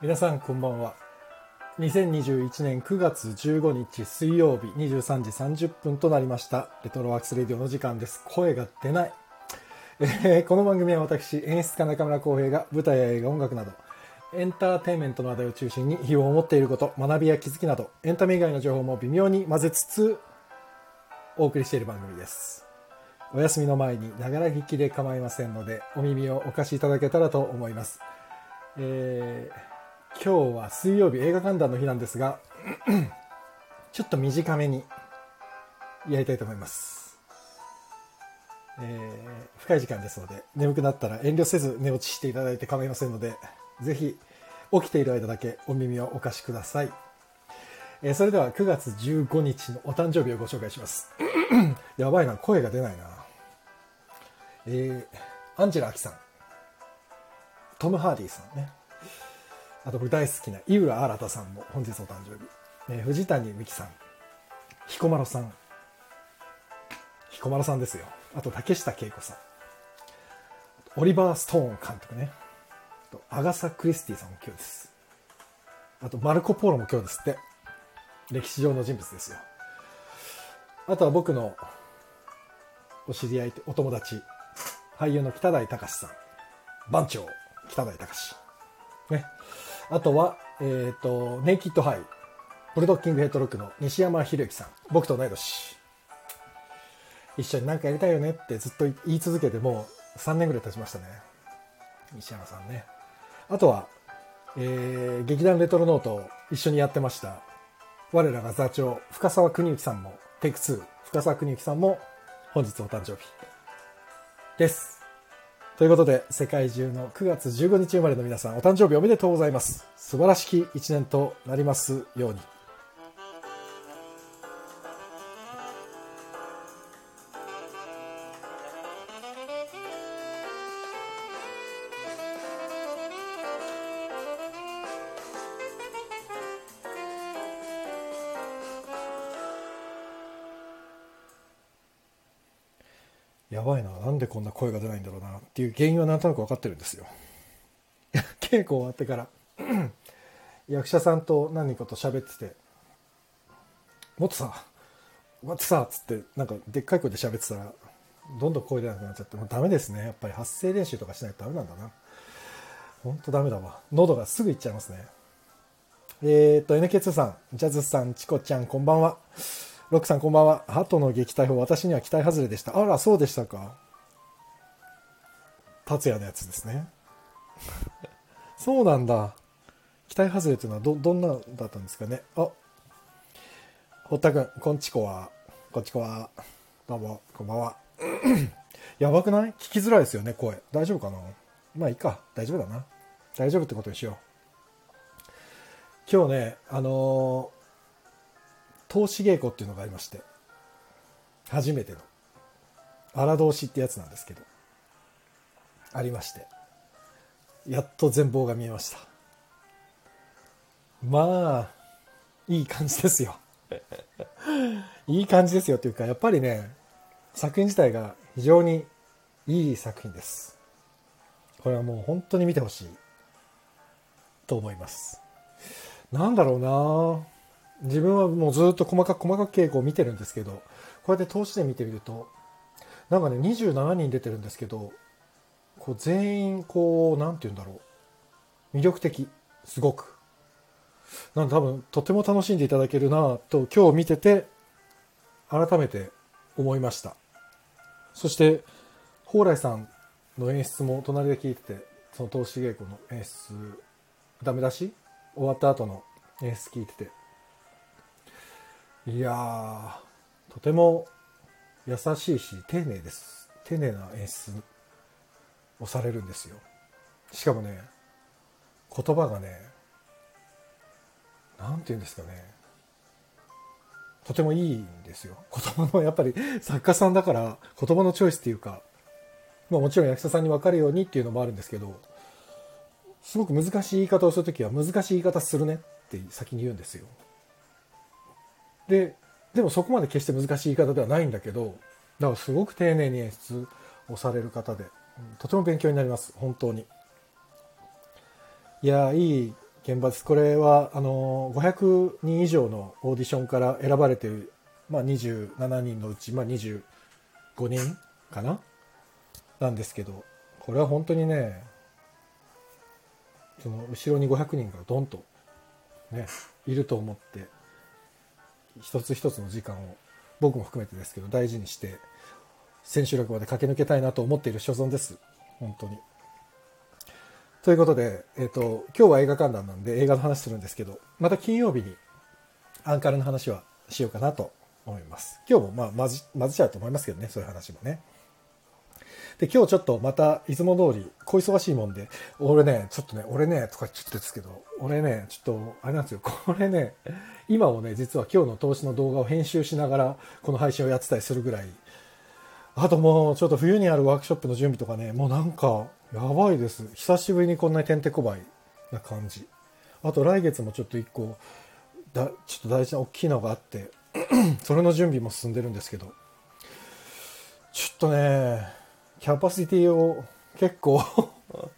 皆さんこんばんは2021年9月15日水曜日23時30分となりましたレトロワークスレディオの時間です声が出ない、えーこの番組は私演出家中村浩平が舞台や映画音楽などエンターテインメントの話題を中心に日を思っていること学びや気づきなどエンタメ以外の情報も微妙に混ぜつつお送りしている番組ですお休みの前にながら聞きで構いませんのでお耳をお貸しいただけたらと思いますえー今日は水曜日映画観覧の日なんですが ちょっと短めにやりたいと思います、えー深い時間ですので眠くなったら遠慮せず寝落ちしていただいて構いませんのでぜひ起きている間だけお耳をお貸しください、えーそれでは9月15日のお誕生日をご紹介します やばいな声が出ないなえーアンジェラ・アキさんトム・ハーディさんねあと僕大好きな井浦新さんも本日お誕生日、えー藤谷美樹さん彦摩呂さん彦摩呂さんですよあと竹下恵子さんオリバー・ストーン監督ねあとアガサ・クリスティさんも今日ですあとマルコ・ポーロも今日ですって歴史上の人物ですよあとは僕のお知り合いお友達俳優の北台隆さん番長北台隆ねあとはえっ、とネイキッドハイブルドッキングヘッドロックの西山宏之さん僕と同い年一緒に何かやりたいよねってずっと言い続けてもう3年ぐらい経ちましたね西山さんねあとは、えー劇団レトロノートを一緒にやってました我らが座長深沢邦之さんもテイク2深沢邦之さんも本日お誕生日ですということで世界中の9月15日生まれの皆さんお誕生日おめでとうございます素晴らしき一年となりますようにやばいななんでこんな声が出ないんだろうなっていう原因はなんとなく分かってるんですよ 稽古終わってから 役者さんと何人かと喋ってて「もっとさもっとさ」っつってなんかでっかい声で喋ってたらどんどん声出なくなっちゃってもうダメですねやっぱり発声練習とかしないとダメなんだなほんとダメだわ喉がすぐいっちゃいますねえー、っと NK2 さんジャズさんチコちゃんこんばんはロックさんこんばんは。鳩の撃退法、私には期待外れでした。あら、そうでしたか。達也のやつですね。 そうなんだ。期待外れというのはど、どんなだったんですかね。あ、堀田くん、こんちこは。こんちこは。どうも、こんばんは。 やばくない聞きづらいですよね、声。大丈夫かなまあいいか。大丈夫だな。大丈夫ってことにしよう。今日ね、あのー投資稽古っていうのがありまして初めての荒通しってやつなんですけどありましてやっと全貌が見えましたまあいい感じですよいい感じですよというかやっぱりね作品自体が非常にいい作品ですこれはもう本当に見てほしいと思いますなんだろうな自分はもうずっと細かく細かく稽古を見てるんですけどこうやって通しで見てみるとなんかね27人出てるんですけどこう全員こうなんて言うんだろう魅力的すごくなんで多分とても楽しんでいただけるなぁと今日見てて改めて思いましたそして蓬莱さんの演出も隣で聞いててその投資稽古の演出ダメ出し終わった後の演出聞いてていやー、とても優しいし、丁寧です。丁寧な演出をされるんですよ。しかもね、言葉がね、なんて言うんですかね、とてもいいんですよ。言葉の、やっぱり作家さんだから、言葉のチョイスっていうか、まあもちろん役者さんに分かるようにっていうのもあるんですけど、すごく難しい言い方をするときは、難しい言い方するねって先に言うんですよ。ででもそこまで決して難しい言い方ではないんだけどだからすごく丁寧に演出をされる方でうんとても勉強になります本当にいやーいい現場ですこれはあの500人以上のオーディションから選ばれてる、まあ、27人のうち、まあ、25人かななんですけどこれは本当にねその後ろに500人がドンと、ね、いると思って一つ一つの時間を僕も含めてですけど大事にして千秋楽まで駆け抜けたいなと思っている所存です本当に。ということで、えっと今日は映画観覧なんで映画の話するんですけどまた金曜日にアンカレの話はしようかなと思います今日もまあ混じ混じっちゃうと思いますけどねそういう話もねで今日ちょっとまたいつも通り小忙しいもんで俺ねちょっとね俺ねとかちょっとですけど俺ねちょっとあれなんですよこれね今もね実は今日の投資の動画を編集しながらこの配信をやってたりするぐらいあともうちょっと冬にあるワークショップの準備とかねもうなんかやばいです久しぶりにこんなにてんてこばいな感じあと来月もちょっと一個だちょっと大事な大きいのがあって それの準備も進んでるんですけどちょっとねキャパシティを結構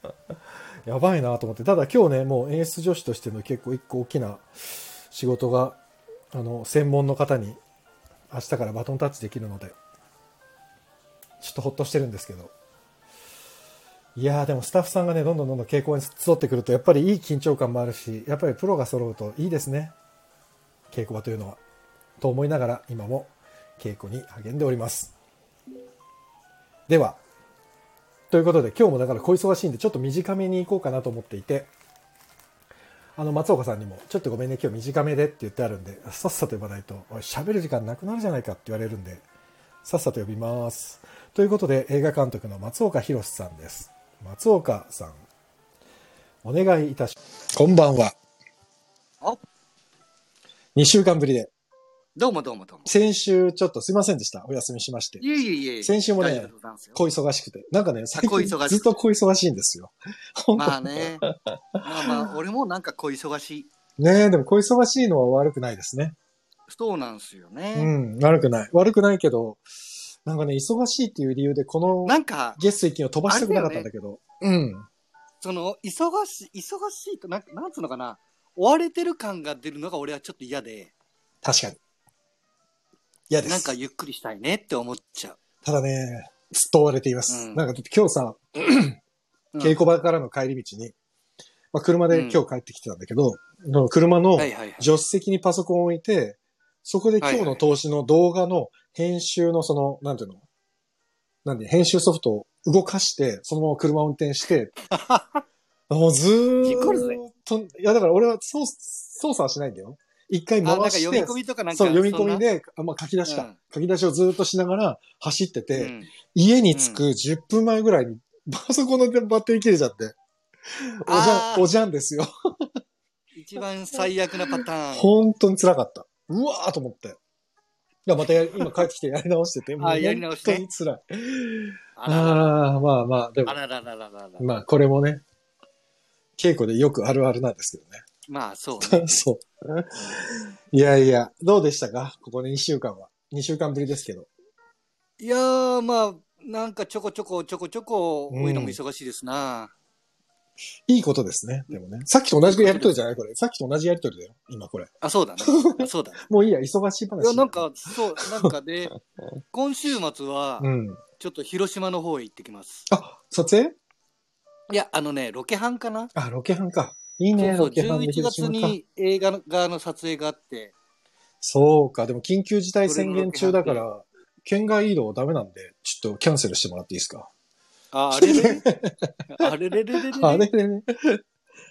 やばいなと思ってただ今日ねもう演出助手としての結構一個大きな仕事があの専門の方に明日からバトンタッチできるのでちょっとほっとしてるんですけどいやーでもスタッフさんがねどんどんどんどん傾向に集ってくるとやっぱりいい緊張感もあるしやっぱりプロが揃うといいですね稽古場というのはと思いながら今も稽古に励んでおりますではということで今日もだから小忙しいんでちょっと短めに行こうかなと思っていてあの松岡さんにも「ちょっとごめんね今日短めで」って言ってあるんでさっさと呼ばないと「おい喋る時間なくなるじゃないか」って言われるんでさっさと呼びますということで映画監督の松岡弘さんです松岡さんお願いいたしますこんばんはお2週間ぶりでどうもどうもどうも。先週ちょっとすいませんでしたお休みしましていえいえいえ。先週もね大丈夫でございますよ小忙しくてなんかね最近小忙しくずっと小忙しいんですよ本当まあね。まあまあ、俺もなんか小忙しい。ねえ、でも小忙しいのは悪くないですね。そうなんすようね。ん、悪くない。悪くないけど、なんかね、忙しいっていう理由で、このなんか、月水金を飛ばしたくなかったんだけど。うん。その、忙しい、忙しいと、なんなんつうのかな。追われてる感が出るのが俺はちょっと嫌で、確かに。嫌でなんすか。ゆっくりしたいねって思っちゃう。ただね、ずっと追われています。うんなんか今日さ、うん稽古場からの帰り道に、まあ、車で今日帰ってきてたんだけど、その車のはいはいはい。助手席にパソコンを置いて、そこで今日の投資の動画の編集のその、なんていうのなんで、編集ソフトを動かして、そのまま車を運転 して、もうず事故るぜーっと、いやだから俺は操操作はしないんだよ。一回あ、なん回かして、読み込みとかなんか。そう、読み込みで。で、あまあ、書き出しか、うん書き出しをずーっとしながら走ってて、うん家に着く10分前ぐらいに、パソコンのバッテリー切れちゃって、おじゃあーん、おじゃんですよ。一番最悪なパターン。本当に辛かった。うわーと思って。いや、またやり今帰ってきてやり直してて、もうあやり直して本当に辛い。あららああー、まあまあ、でもあ、らららららら。まあこれもね、稽古でよくあるあるなんですけまあ、そうね。どね。 そう。いやいや、どうでしたかここで2週間は。2週間ぶりですけど。いやー、まあ、なんかちょこちょこちょこちょこ、多いのも忙しいですな。いいことですね。でもね。さっきと同じやりとりじゃないこれ。さっきと同じやりとりだよ。今これ。あ、そうだね。あそうだね。もういいや、忙しい話。いや、なん、か、そう、なんかで、今週末はう、ん。ちょっと広島の方へ行ってきます。あ、撮影いや、あのね、ロケハンかなあ、ロケハンか。いいね、そうロケそハう、ンで11広月島かに映画側の撮影があって、そうか、でも緊急事態宣言中だから、県外移動ダメなんで、ちょっとキャンセルしてもらっていいですか。あ、あれれあれれれれれ あれれれ。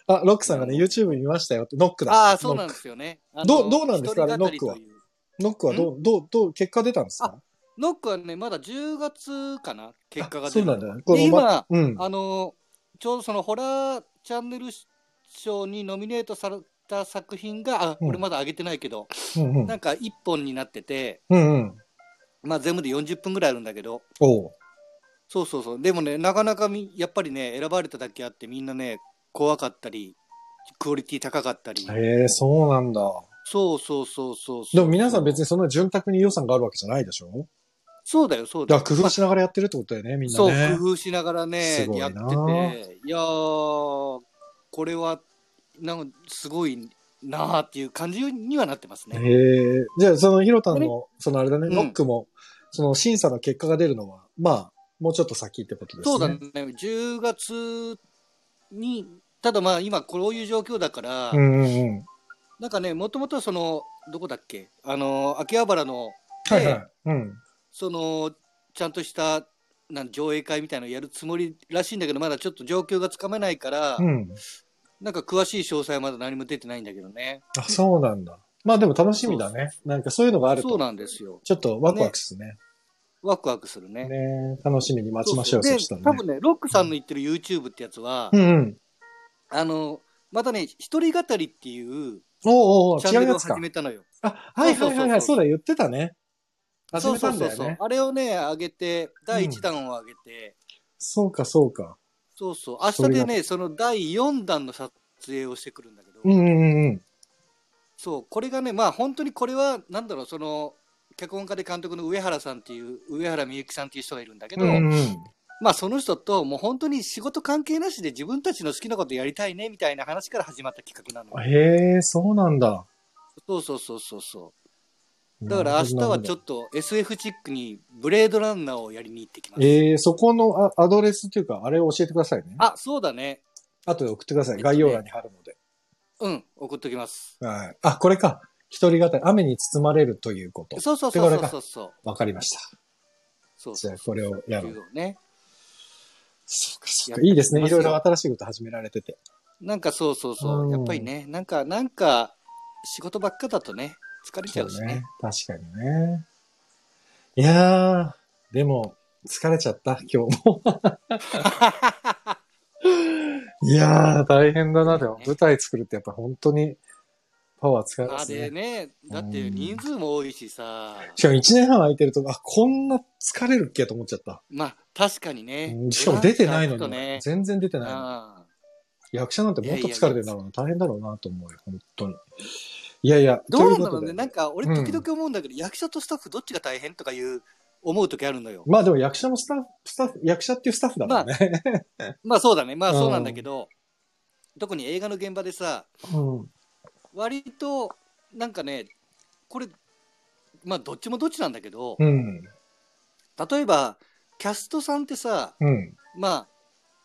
あ、ロックさんがね、YouTube 見ましたよって、ノックだ。ああ、そうなんですよね。あのどうどうなんですかあれ一人語りというノノックはどう、どう、どう、結果出たんですかノックはね、まだ10月かな結果があそう出なるんだ。でま今、うん。あの、ちょうどそのホラーチャンネル賞にノミネートされた作品が、あ、うん俺まだ上げてないけど、うんうん。なんか1本になってて、うんうん。まあ全部で40分ぐらいあるんだけど、おう。そうそうそう、でもね、なかなかみやっぱりね、選ばれただけあって、みんなね、怖かったり、クオリティ高かったり、へえ、そうなんだ。そうそうそうそうそう。でも皆さん別にそんな潤沢に予算があるわけじゃないでしょそうだよ、そうだだよ。から工夫しながらやってるってことだよね、みんなそう、ね。工夫しながらねす、ごいなやってて、いやー、これは、なんかすごいなあっていう感じにはなってますね。へえ。じゃあ、そのヒロタンの、そのあれだね、うんノックも、その審査の結果が出るのは、まあ、もうちょっと先ってことですね。そうだね、10月に、ただまあ今こういう状況だから、うんうんうん。なんかね、もともとその、どこだっけ、あの、秋葉原の、はいはい。うん。その、ちゃんとした、なん上映会みたいなのやるつもりらしいんだけど、まだちょっと状況がつかめないから、うん。なんか詳しい詳細はまだ何も出てないんだけどね。あ、そうなんだ。まあでも楽しみだね。なんかそういうのがあるそうと、なんですよ。ちょっとワクワクすね。ワクワクするね。ね楽しみに待ちましょう、そそうしたそうで、ら多ね。分ね、ロックさんの言ってる YouTube ってやつは、うんうん。あの、またね、一人語りっていうおうおうおうチャ違ンネうルやをつか始。めたのよ。あ、はいはいはいはい、そそうそうそうそううだ、言ってたね。始めたんだよね。そうそそうそうそう。あれをね、上げて、第1弾を上げて、うかそうか。そうそう。明日でね、その第4弾の撮影をしてくるんだけど、うんうんうんうん。そう、これがね、まあ本当にこれは、なんだろう、その、脚本家で監督の上原さんっていう、上原みゆきさんっていう人がいるんだけど、うんうんまあその人と、もう本当に仕事関係なしで自分たちの好きなことやりたいね、みたいな話から始まった企画なの。へえ、そうなんだ。そうそうそうそうそう。だから明日はちょっっと SF チックにブレードランナーをやりに行ってきます。ええそこのあアドレスというか、あれを教えてくださいね。あ、そうだね。あとで送ってくださえっい。とね概要欄に貼るので。うん、送っときます。はい。あ、これか。一人語り、雨に包まれるということ。そうそうそ手うそう軽そかうそう。わかりました。そうじそうゃあ、これをやろう。そうね。そうか、そうか。いいですね。やっいてますよろいろ新しいこと始められてて。なんかそうそうそうう。んやっぱりね、なんか、なんか、仕事ばっかだとね、疲れちゃうしそうね。ね。確かにね。いやー、でも、疲れちゃった、今日 も。いやー、大変だな。でも、舞台作るってやっぱ本当にパワー使いまあすねれ。ね、だって人数も多いしさ、しかも1年半空いてると、あ、こんな疲れるっけと思っちゃった。まあ確かにねうん。しかも出てないのブランチに、だとね全然出てないの。あ役者なんてもっと疲れてるだろうな。大変だろうなと思うよ、本当に。いやいや、どうなんとだろいうこね。となでんか俺うん時々思うんだけど、役者とスタッフどっちが大変とかいう思う時あるのよ。まあでも役者もスタッフ、スタッフ、役者っていうスタッフだからね。まあそうだね。まあそうなんだけど、特に映画の現場でさ、うん。割となんかね、これ、まあどっちもどっちなんだけど、うん。例えばキャストさんってさ、うん。まあ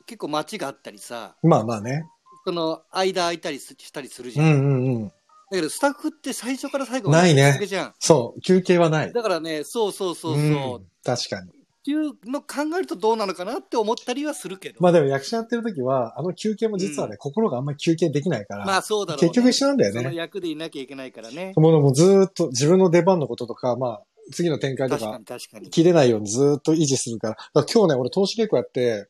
結構街があったりさ、まあまあね。その間空いたりすしたりするじうゃん。んだうんうん。けどスタッフって最初から最後まないでね続けじゃん。そう、休憩はない。だからね、そうそうそうそう。うん確かに。っていうのを考えるとどうなのかなって思ったりはするけど。まあでも役者やってる時は、あの休憩も実はね、う心があんまり休憩できないから、まあそうだろう、ね。結局一緒なんだよそのね。役でいなきゃいけないからね。もうもうずーっと自分の出番のこととか、まあ、次の展開と確かかに、確かに。切れないようにずーっと維持するから。だから今日ね、俺投資稽古やって、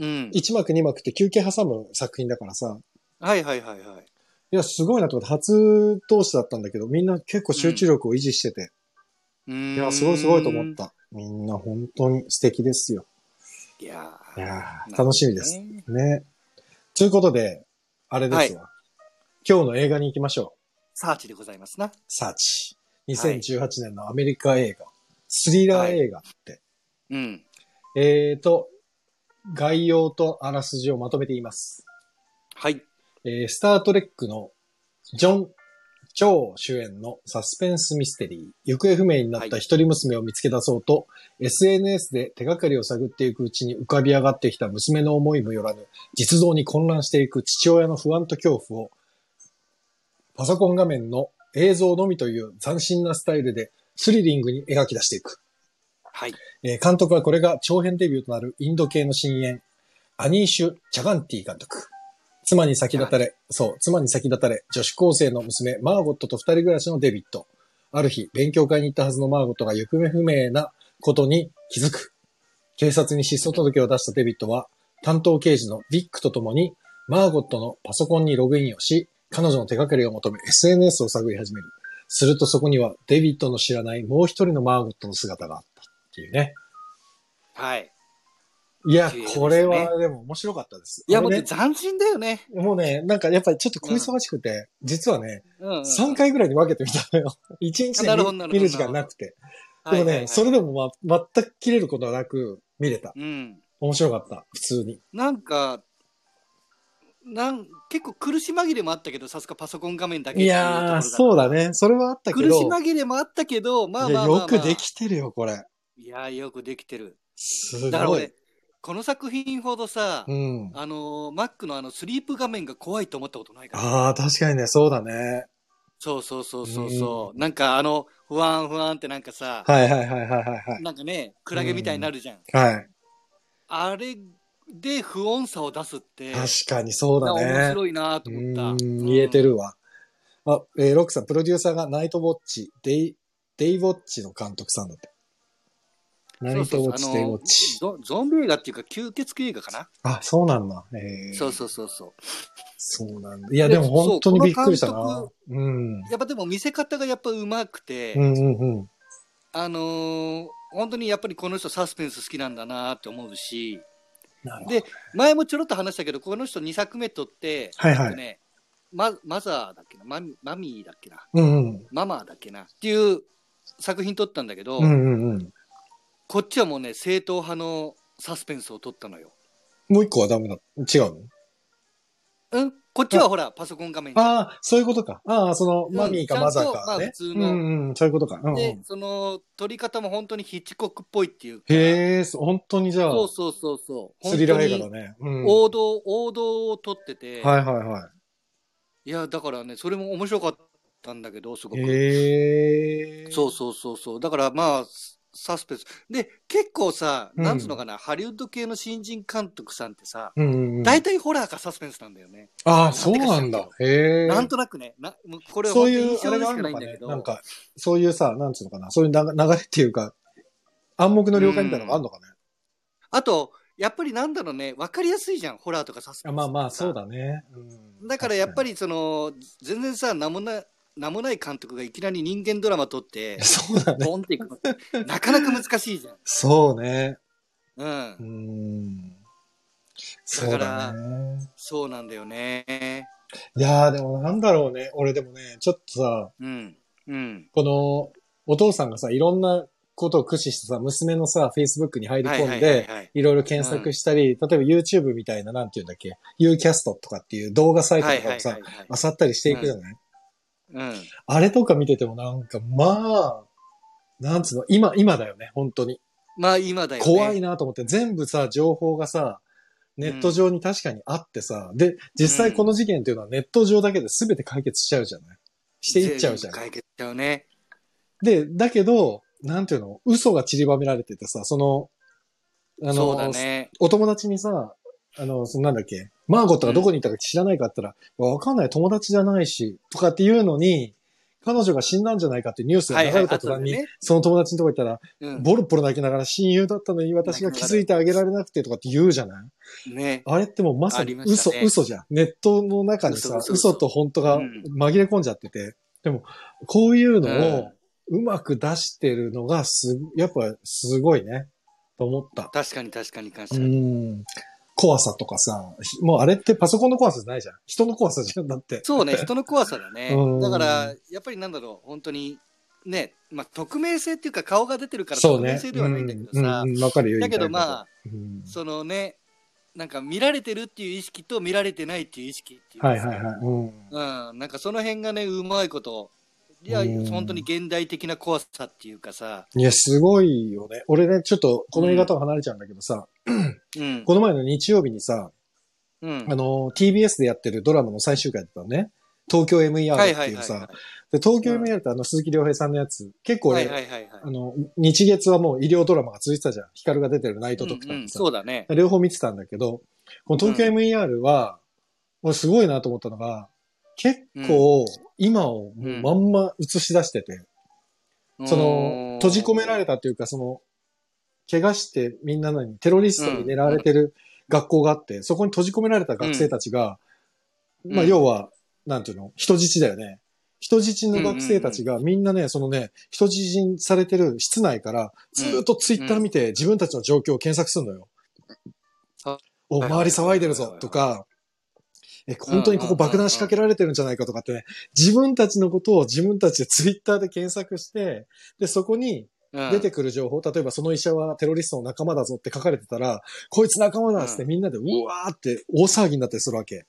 うん。 1幕2幕って休憩挟む作品だからさ、はいはいはいはい。いや、すごいなと思って、初投資だったんだけど、みんな結構集中力を維持してて、うーいんや、すごいすごいと思っ。た。みんな本当に素敵ですよ。いやいーやー楽しみです。なるほどねね。ということで、あれですよ。今日の映画に行きましょう。サーチでございますな。サーチ。2018年のアメリカ映画。スリラー映画って。うん。えーと、概要とあらすじをまとめています。はい。えースタートレックのジョン・チョウ主演のサスペンスミステリー、行方不明になった一人娘を見つけ出そうと、SNS で手がかりを探っていくうちに浮かび上がってきた娘の思いもよらぬ、実像に混乱していく父親の不安と恐怖を、パソコン画面の映像のみという斬新なスタイルでスリリングに描き出していく。はい。えー監督はこれが長編デビューとなるインド系の深淵、アニーシュ・チャガンティ監督。妻に先立たれ、そう、妻に先立たれ、女子高生の娘、マーゴットと二人暮らしのデビット。ある日、勉強会に行ったはずのマーゴットが行方不明なことに気づく。警察に失踪届を出したデビットは、担当刑事のビックと共に、マーゴットのパソコンにログインをし、彼女の手がかりを求め SNS を探り始める。するとそこには、デビットの知らないもう一人のマーゴットの姿があったっていうね。はい。いや、綺麗でしたねこれはでも面白かったです。いや、ももううねね、斬新だよね。もうね、なんかやっぱりちょっと小忙しくて、実はね、うん、うん。 3回ぐらいに分けてみたのよ。1日 なでるほどなるほど見見る時間なくて。ではいもはいはいね、それでもま、全く切れることはなく見れた。うん。面白かった。普通に。なんか、なん結構苦し紛れもあったけど、さすがパソコン画面だけっていうところやがー、そうだね。それはあったけ苦しど、紛れもあったけど、まあいまやあまあまあよくできてるよ、これ。いやー、よくできてる。すだからごい俺。、この作品ほどさ、うん。あのー、Mac のあのスリープ画面が怖いと思ったことないから。ああ、確かにね、そうだね。そうそうそうそうそう。なんかあの、不安不安ってなんかさ、はいはいはいはいはいなんかね、クラゲみたいになるじゃん。はい。はい。あれで不穏さを出すって、確かにそうだ面ね。白いなとう思った。ーうんん、言えて。るわ。あ、えーロックさん、プロデューサーがナイトウォッチ、デイ、デイウォッチの監督さんだって。ナそうイそトうウォッそうあチ、デイウォのッチ。ゾゾンビ映画っていうか吸血鬼映画かな、あ、そうなんだ。えー、そうそうそうそうそうなんだ。いや、でも本当にびっくりしたそうなこ。うん。うんやっぱでも見せ方がやっぱうまくて、うんうん。あのー本当にやっぱりこの人サスペンス好きなんだなって思うしなるほど。で前もちょろっと話したけどこの人2作目撮って、はいはえっとい。ね、ママザーだっけなマミマミーだっけなうんうん。ママーだっけなっていう作品撮ったんだけど、うんうんうん。こっちはもうね正統派のサスペンスを撮ったのよ。もう一個はダメだ。違うのうん、こっちはほらパソコン画面じゃんああ、そういうことか。ああ、その、んマミーかマザーかね。ちゃんとまあ普通のうんうん、そういうことか。うんうん、で、その、撮り方も本当にヒッチコックっぽいっていうか。へえ、そ本当にじゃあ、そうそうそうそう。スリラー映画本だね。うん。当に王道、王道を撮ってて。。はいはいはいや、だからね、それも面白かったんだけど、すごい。く。へえ。そうそうそうそう。だからまあ、ササスペンス。で、結構さ、うんなんつうのかな、ハリウッド系の新人監督さんってさ、うんうんうん。大体ホラーかサスペンスなんだよね。ああ、そうなんだ。へえ。なんとなくね。なもうこれはそう本当いにう印、あ象れでがしあかるのかないんねだけ。ど。なんか、そういうさ、なんつうのかな。そういう流流れっていうか、暗黙の了解みたいなのがあるのかね。あと、やっぱりなんだろうね、わかりやすいじゃん、ホラーとかサスペンスとあか。まあまあ、そうだね。うんだからやっぱりその全然さ名もな名もない監督がいきなり人間ドラマ撮って 確かにそうだね。ボンっていくのなかなか難しいじゃん。そうね。うん、うん。そうだね。そうなんだよね。いやーでもなんだろうね。俺でもね、ちょっとさ、うん、うん、この、お父さんがさ、いろんなことを駆使してさ、娘のさ、Facebook に入りはい込んはいはいで、はい。いろいろ検索したり、例えば YouTube みたいな、なんていうんだっけ、Ucast とかっていう動画サイトはといかはをいさ、はいはい。漁ったりしていくじゃない、うん、あれとか見ててもなんか、まあ、なんつうの、今、今だよね、本当に。まあ今だよね。怖いなと思って、全部さ、情報がさ、ネット上に確かにあってさ、で、実際この事件っていうのはネット上だけで全て解決しちゃうじゃないしていっちゃうじゃん全部。解決しちゃうね。で、だけど、なんていうの、嘘が散りばめられててさ、その、あその、うだね。お友達にさ、あの、そのなんだっけ、マーゴットがどこにいたか知らないかって言ったら、わ、かんない、友達じゃないし、とかっていうのに、彼女が死んだんじゃないかってニュースが流れた途端に、はいはい後でねその友達のとこ行ったら、うん、ボロボロ泣きながら親友だったのに私が気づいてあげられなくてとかって言うじゃないね。あれってもうまさにありました嘘、ね嘘じゃん。ネットの中にさ、嘘嘘嘘嘘と本当がうん紛れ込んじゃってて。でも、こういうのをうまく出してるのがす、やっぱすごいね、と思った。確かに確かに確かうに。ん。怖さとかさ、ひもうあれってパソコンの怖さじゃないじゃん。人の怖さじゃんだって。そうね、人の怖さだねうん。だから、やっぱりなんだろう、本当に、ね、まあ、匿名性っていうか、顔が出てるからそう匿名ね。性でうはんないんだけどさ、うんうんわかるよ。だけどまあ、あ、うんそのね、なんか見られてるっていう意識と見られてないっていう意識っていうかはいはいはい。うん。うん、なんかその辺がね、うまいこと、いや、うん本当に現代的な怖さっていうかさ、いや、すごいよね。俺ね、ちょっとこの映画とは離れちゃうんだけどさ、うん、この前の日曜日にさ、うん、あの、TBS でやってるドラマの最終回だったのね。東京 MER ってはいいうさ、はいはいはで東京 MER ってあの鈴木亮平さんのやつ、結構い。ね、はいはいはいはあの、日月はもう医療ドラマが続いてたじゃん。光が出てるナイい。トドクターうんうんにさ、そうだね。両方見てたんだけど、この東京う MER は、俺すごいなと思ったのが、結構今をもうまんま映し出してて、その、閉じ込められた。たっていうか、その、怪我してみんなのにテロリストに狙われてる学校があって、そこに閉じ込められた学生たちが、うんまあ、うん要は、なんていうの人質だよね。人質の学生たちがみんなね、そのね、人質にされてる室内から、ずーっとツイッター見て自分たちの状況を検索するのよあ。お、はいはい周り騒いでるぞとか、え、本当にここ爆弾仕掛けられてるんじゃないかとかってね、自分たちのことを自分たちでツイッターで検索して、で、そこにうん出てくる情報、例えばその医者はテロリストの仲間だぞって書かれてたら、こいつ仲間だっつってうんみんなでうわーって大騒ぎになったりするわけ。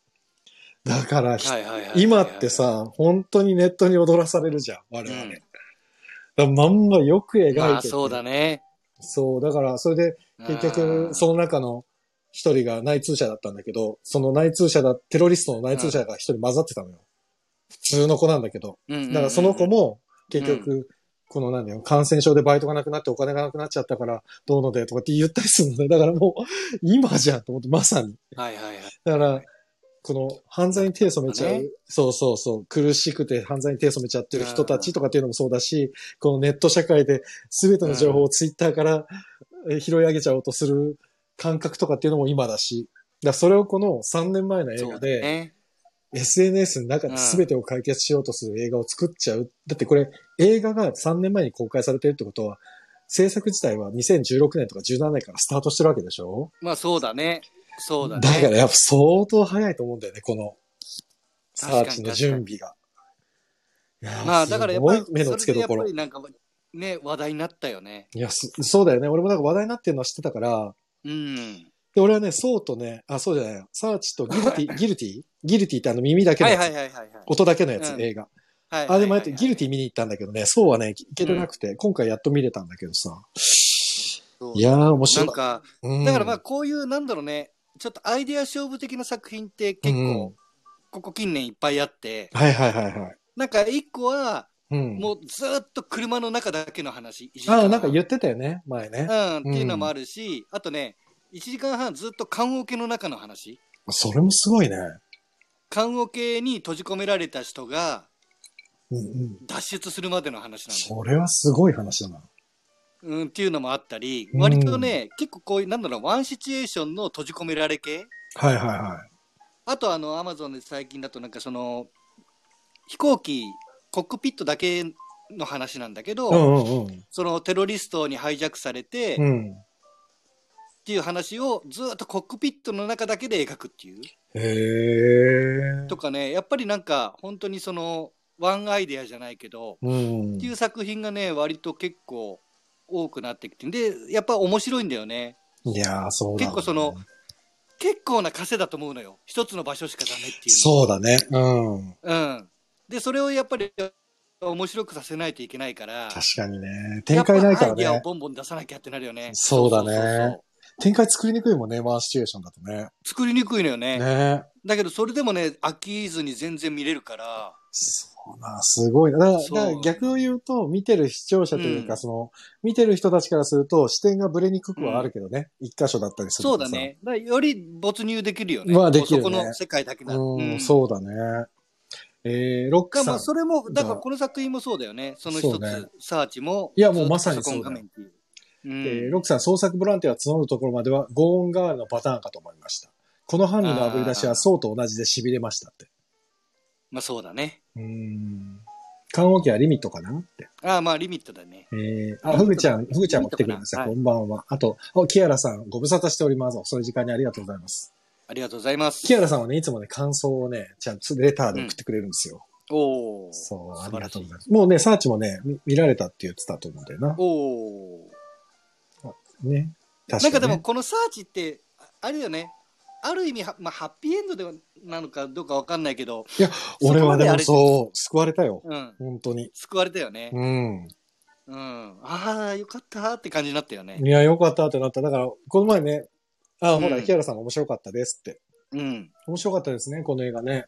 だからひ、はいはいはいはい今って、さ、本当にネットに踊らされるじゃん、我々。うんだからまんまよく描いてて、まあそうだね。そう、だから、それで、結局、その中の一人が内通者だったんだけど、その内通者だ、テロリストの内通者が一人混ざってたのよ。普通の子なんだけど。うん、だからその子も、結局、この何だよ、感染症でバイトがなくなってお金がなくなっちゃったから、どうのでとかって言ったりするのね。だからもう、今じゃんと思って、まさに。うんうんうん、はいはいはい。だから、この犯罪に手を染めちゃう、ねそうそうそう、苦しくて犯罪に手を染めちゃってる人たちとかっていうのもそうだし、このネット社会で全ての情報をツイッターからえー拾い上げちゃおうとする感覚とかっていうのも今だし、だからそれをこの3年前の映そ画うだで、ね。 SNS の中で全てを解決しようとする映画を作っちゃう。だってこれ、映画が3年前に公開されてるってことは、制作自体は2016年とか17年からスタートしてるわけでしょまあそうだね。そうだだね。からやっぱ相当早いと思うんだよね、この確サかにーチの準備が。いやーまあだからやっぱりすごい目の付けどこそれろ。でやっぱりなんかね、話題になったよね。いやそ、そうだよね。俺もなんか話題になってるのは知ってたから、うん。で、俺はね、そうとね、あ、そうじゃないよ。サーチとギルテ ィ、ギルティギルティってあの耳だけのはやいつ。はいはいはいはい。音だけのやつ、うん映画。はいはいはいはいあ、でもやって、ギルティ見に行ったんだけどね、そうはね、行けてなくて、今回やっと見れたんだけどさ。そういやー、面白ないん。か、うんだからまあ、こういう、なんだろうね、ちょっとアイデア勝負的な作品って結うん構、ここ近年いっぱいあって、はいはいはいはい。なんか一個は、うん。もうずーっと車の中だけの話。1時間あ、なんか言ってたよね、前ね。うん、っていうのもあるし、あとね、1時間半ずっと棺桶の中の話。それもすごいね。棺桶に閉じ込められた人がうんうん。脱出するまでの話なその。れはすごい話だな。うん、っていうのもあったり、うん割とね、結構こういう、なんだろう、ワンシチュエーションの閉じ込められ系。はいはいはあとあの、アマゾンで最近だとなんかその、飛行機、コックピットだけの話なんだけど、い。うんうんうん。そのテロリストにハイジャックされて、うっん。ていう話をずーっとコックピットの中だけで描くっていう。へえ。とかね、やっぱりなんか本当にその、ワンアイデアじゃないけど、うんってい。う作品がね、割と結構多くなってきて、で、やっぱ面白いんだよね。いやー、そうだ、結構その、結構な稼だと思うのよ。一つの場所しかダメっていうそうだね。うん。のは。うん。で、それをやっぱり面白くさせないといけないから、確かにね。展開ないからやっぱアイディアをね。ボンボン出さなきゃってなるよね。そうだねそうそう展開作りにくいもんね、ワンシチュエーションだとね。作りにくいのよね。ねだけど、それでもね、飽きずに全然見れるから、そうな、すごいな。だから、だそうから逆を言うと、見てる視聴者というか、うんその、見てる人たちからすると、視点がブレにくくはあるけどね。一、箇所だったりするそとうだね。だからより没入できるよね。まあできるねこうそこの世界だけさならうん、うんそうだね。えー、ロックがさまんあ。それも、だかじゃあらこの作品もそうだよね。そのそ一うねつ、サーチも。いやもうまさにそうだよパソコン画面っていうえーうんロックさん、創作ボランティアを募るところまでは、ゴーンガールのパターンかと思いました。この犯人の炙り出しは、あーそうと同じで痺れましたって。まあそうだね。うーん。看護機はリミットかなって。ああ、まあリミットだね。えー、あ、ふぐちゃん、ふぐちゃんも来てくれました。はいこんばんは。あと、お、キアラさん、ご無沙汰しております。遅い時間にありがとうございます。ありがとうございます。キアラさんはね、いつもね、感想をね、ちゃんとレターで送ってくれるんですよ。おお。そう、あり素晴がらしいとうございます。もうね、サーチもね、み見られたって言ってたと思うんだよな。おお。ね。確かなに、ね。んかでも、このサーチって、ああれだよね。ある意味は、まあ、ハッピーエンドではなのかどうかわかんないけど、俺はでもそこまでそう、救われたよ。うん。本当に。救われたよね。うん。うん。ああ、よかったって感じになったよね。いや、よかったってなった。だから、この前ね、あ、ほうら、んキアラさんも面白かったですって。うん。面白かったですね、この映画ね。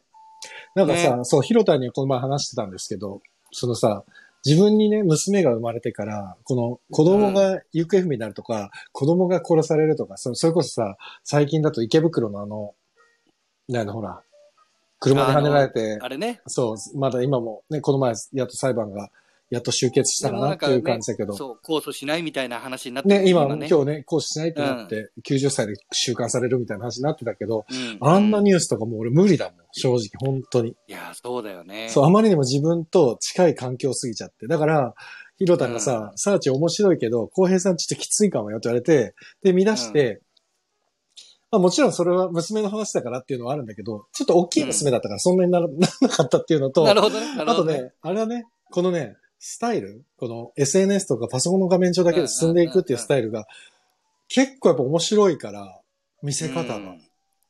なんかさ、そう、ヒロタにこの前話してたんですけど、そのさ、自分にね、娘が生まれてから、この子供が行方不明になるとか、子供が殺されるとか、そのそれこそさ、最近だと池袋のあの、なんだほら、車で跳ねられて、あれね。そう、まだ今もね、この前、やっと裁判が、やっと終結したかなっていう感じだけど、そう、控訴しないみたいな話になってるね、今、ね今日ね、行使しないってなって、90歳で収監されるみたいな話になってたけど、うんあんなニュースとかもう俺無理だもん、正直、本当に。いや、そうだよね。そう、あまりにも自分と近い環境すぎちゃって。だから、ヒロタがさ、サーチ面白いけど、浩平さんちょっときついかもよって言われて、で、見出して、まあもちろんそれは娘の話だからっていうのはあるんだけど、ちょっと大きい娘だったからそんなになら,、 ならなかったっていうのと、なるほどね。なるあほとどね。ね、あれはね、このね、スタイル、この SNS とかパソコンの画面上だけで進んでいくっていうスタイルが、結構やっぱ面白いから、見せ方が。うんか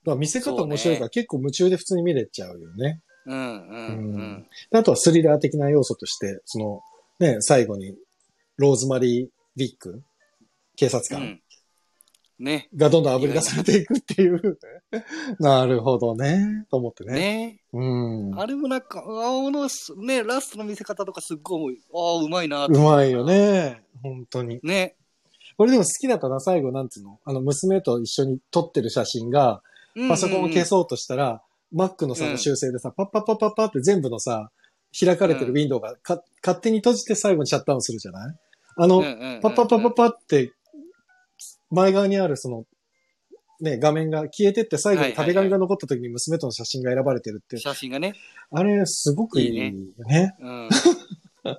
ら見せ方面白いから、そう結構夢中で普通に見れちゃうよね。うんうんううんん。であとはスリラー的な要素として、その、ね、最後に、ローズマリー・ビック、警察う官ん、ね。がどんどん炙り出されていくっていう。 なるほどね、と思ってね。ね。うん。あれもなんか、あの、ね、ラストの見せ方とかすっごい思う、ああ、うまいなうまいよ。ね。本当に。ね。俺でも好きだったな、最後、なんつうのあの、娘と一緒に撮ってる写真が、パソコンを消そうとしたら、マックのさ、うん修正でさ、パッパッパッパッパって全部のさ、開かれてるうウんィンドウがか、勝手に閉じて最後にシャットアウンするじゃないあの、パパッパッパッパッパって、前側にあるその、ね、画面が消えてって最後に壁紙が残った時に娘との写真が選ばれてるって、写真がね。あれすごくいいよね。いうん。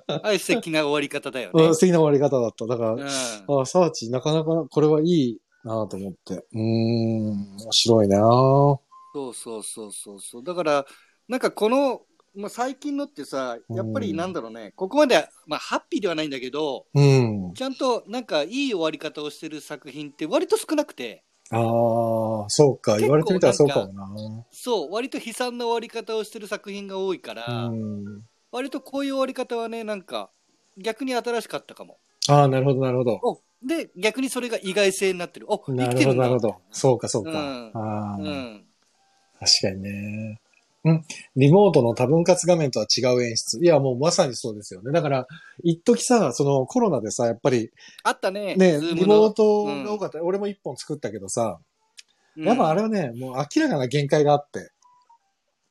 あれ素敵な終わり方だようねん。素敵な終わり方だった。だから、うあサーチなかなかこれはいいなと思って。うーん、面白いなぁん。そうそうそうそうそう。だから、なんかこの、まあ、最近のってさ、やっぱりなんだろうね、ここまで、まあ、ハッピーではないんだけど、うん。ちゃんとなんかいい終わり方をしてる作品って割と少なくて、ああ、そうか。言われてみたらそうかもな。そう、割と悲惨な終わり方をしてる作品が多いから、うん、割とこういう終わり方はね、なんか、逆に新しかったかも。ああ、なるほど、なるほど。おで、逆にそれが意外性になってる。お生なきるてほど、るんだなるほど。そうか、そうか。うんああ、うん。確かにね。うん。リモートの多分割画面とは違う演出。いや、もうまさにそうですよね。だから、一時さ、そのコロナでさ、やっぱりあったね。ね、ズーリムモーの、トが多かった。俺も一本作ったけどさ、やっぱあれはね、もう明らかな限界があって、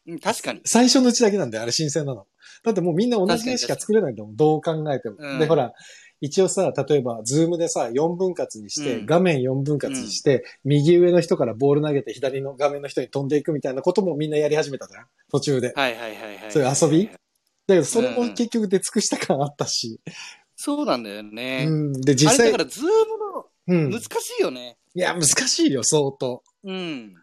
うん、うん確かに。最初のうちだけなんだよ、あれ新鮮なの。だってもうみんな同じ絵しか作れないんだもん、どう考えても。うんで、ほら、一応さ、例えば、ズームでさ、4分割にして、うん画面4分割にして、右上の人からボール投げて、左の画面の人に飛んでいくみたいなこともみんなやり始めたじゃん途中で。だはいはいはいはい。そういう遊びけど、それも結局出尽くした感あったし。そうなんだようね。ん。で、あ実際れだか、ら、ズームうん。のい難しいよね。や、難しいよ、相当。うん。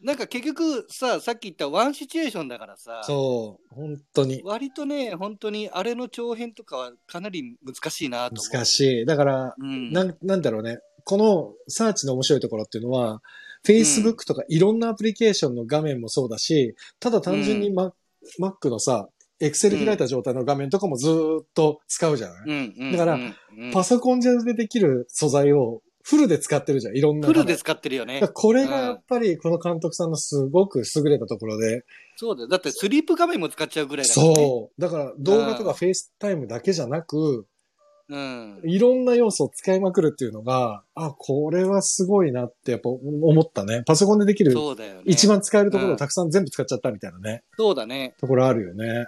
なんか結局さ、さっき言ったワンシチュエーションだからさ、そう。本当に。割とね、本当にあれの長編とかはかなり難しいなと思う。難い。しい。だから、うん。なん、なんだろうね。このサーチの面白いところっていうのは、Facebook とかいろんなアプリケーションの画面もそうだし、ただ単純にう Mac、Mac のさ、Excel 開いた状態の画面とかもずーっと使うじゃない、うんうん、だからうんうんパソコン上でできる素材をフルで使ってるじゃん。いろんなフ画面。ルで使ってるよねだから。これがやっぱりこの監督さんのすごく優れたところで、そうだよ。だってスリープ画面も使っちゃうぐらいだからね。そう。だから動画とか FaceTime だけじゃなく、う。うん。いろんな要素を使いまくるっていうのが、あ、これはすごいなってやっぱ思ったね。パソコンでできるそうだよね。一番使えるところうをんたくさん全部使っちゃったみたいなね、そうだね。ところあるよね。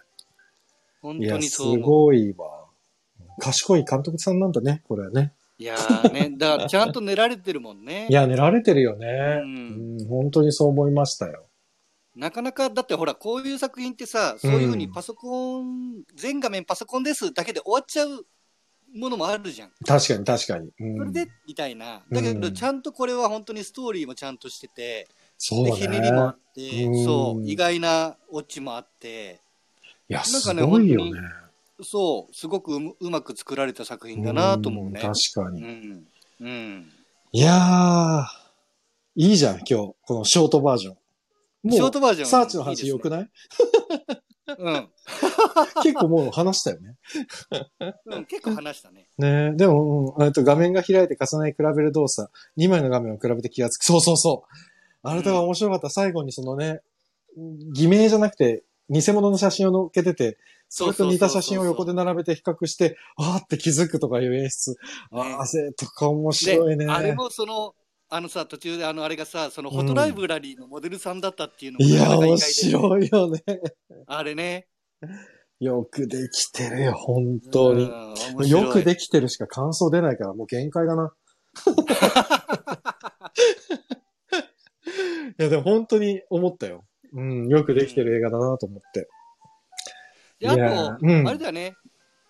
本い当や、にすそう思う。ごいわ。賢い監督さんなんだね、これはね。いやーね、だからちゃんと練られてるもんね。いや、寝られてるようね。ん、うん、本当にそう思いましたよ。なかなか、だってほら、こういう作品ってさ、そういうふうにパソコン、全画面パソコンですだけで終わっちゃうものもあるじゃん。確かに確かに。うんそれで、みたいな。だけうど、んちゃんとこれは本当にストーリーもちゃんとしてて、そうでだひねりもあねっ。うんて、そう、意外なオチもあって、いや、なんすかねごいよね。そう、すごくうむうまく作られた作品だなと思うね。ん確かうに。ん。うん。いやー、いいじゃん、今日。このショートバージョン。ショもートバージョう、ン。サーチの話良くないいいですね結構もう話したよね。うん。うん結構話したね。ねえ、でも、うん、えっと画面が開いて重ね比べる動作、2枚の画面を比べて気がつく。そうそうそう。あれとか面白かった。最後にそのね、偽名じゃなくて、偽物の写真を載っけてて、それと似た写真を横で並べて比較して、あーって気づくとかいう演出。ああ、せとか面白いね。で、あれもその、あのさ、途中であの、あれがさ、そのホットライブラリーのモデルさんだったっていうのもいや、なかなか意面外で白いよね。あれね。よくできてるよ、本当に。によくきできてるしか感想出ないから、もう限界だな。いや、でも本当に思ったよ。うん、よくできてる映画だなと思って。で、あいやと、うんあれだよね。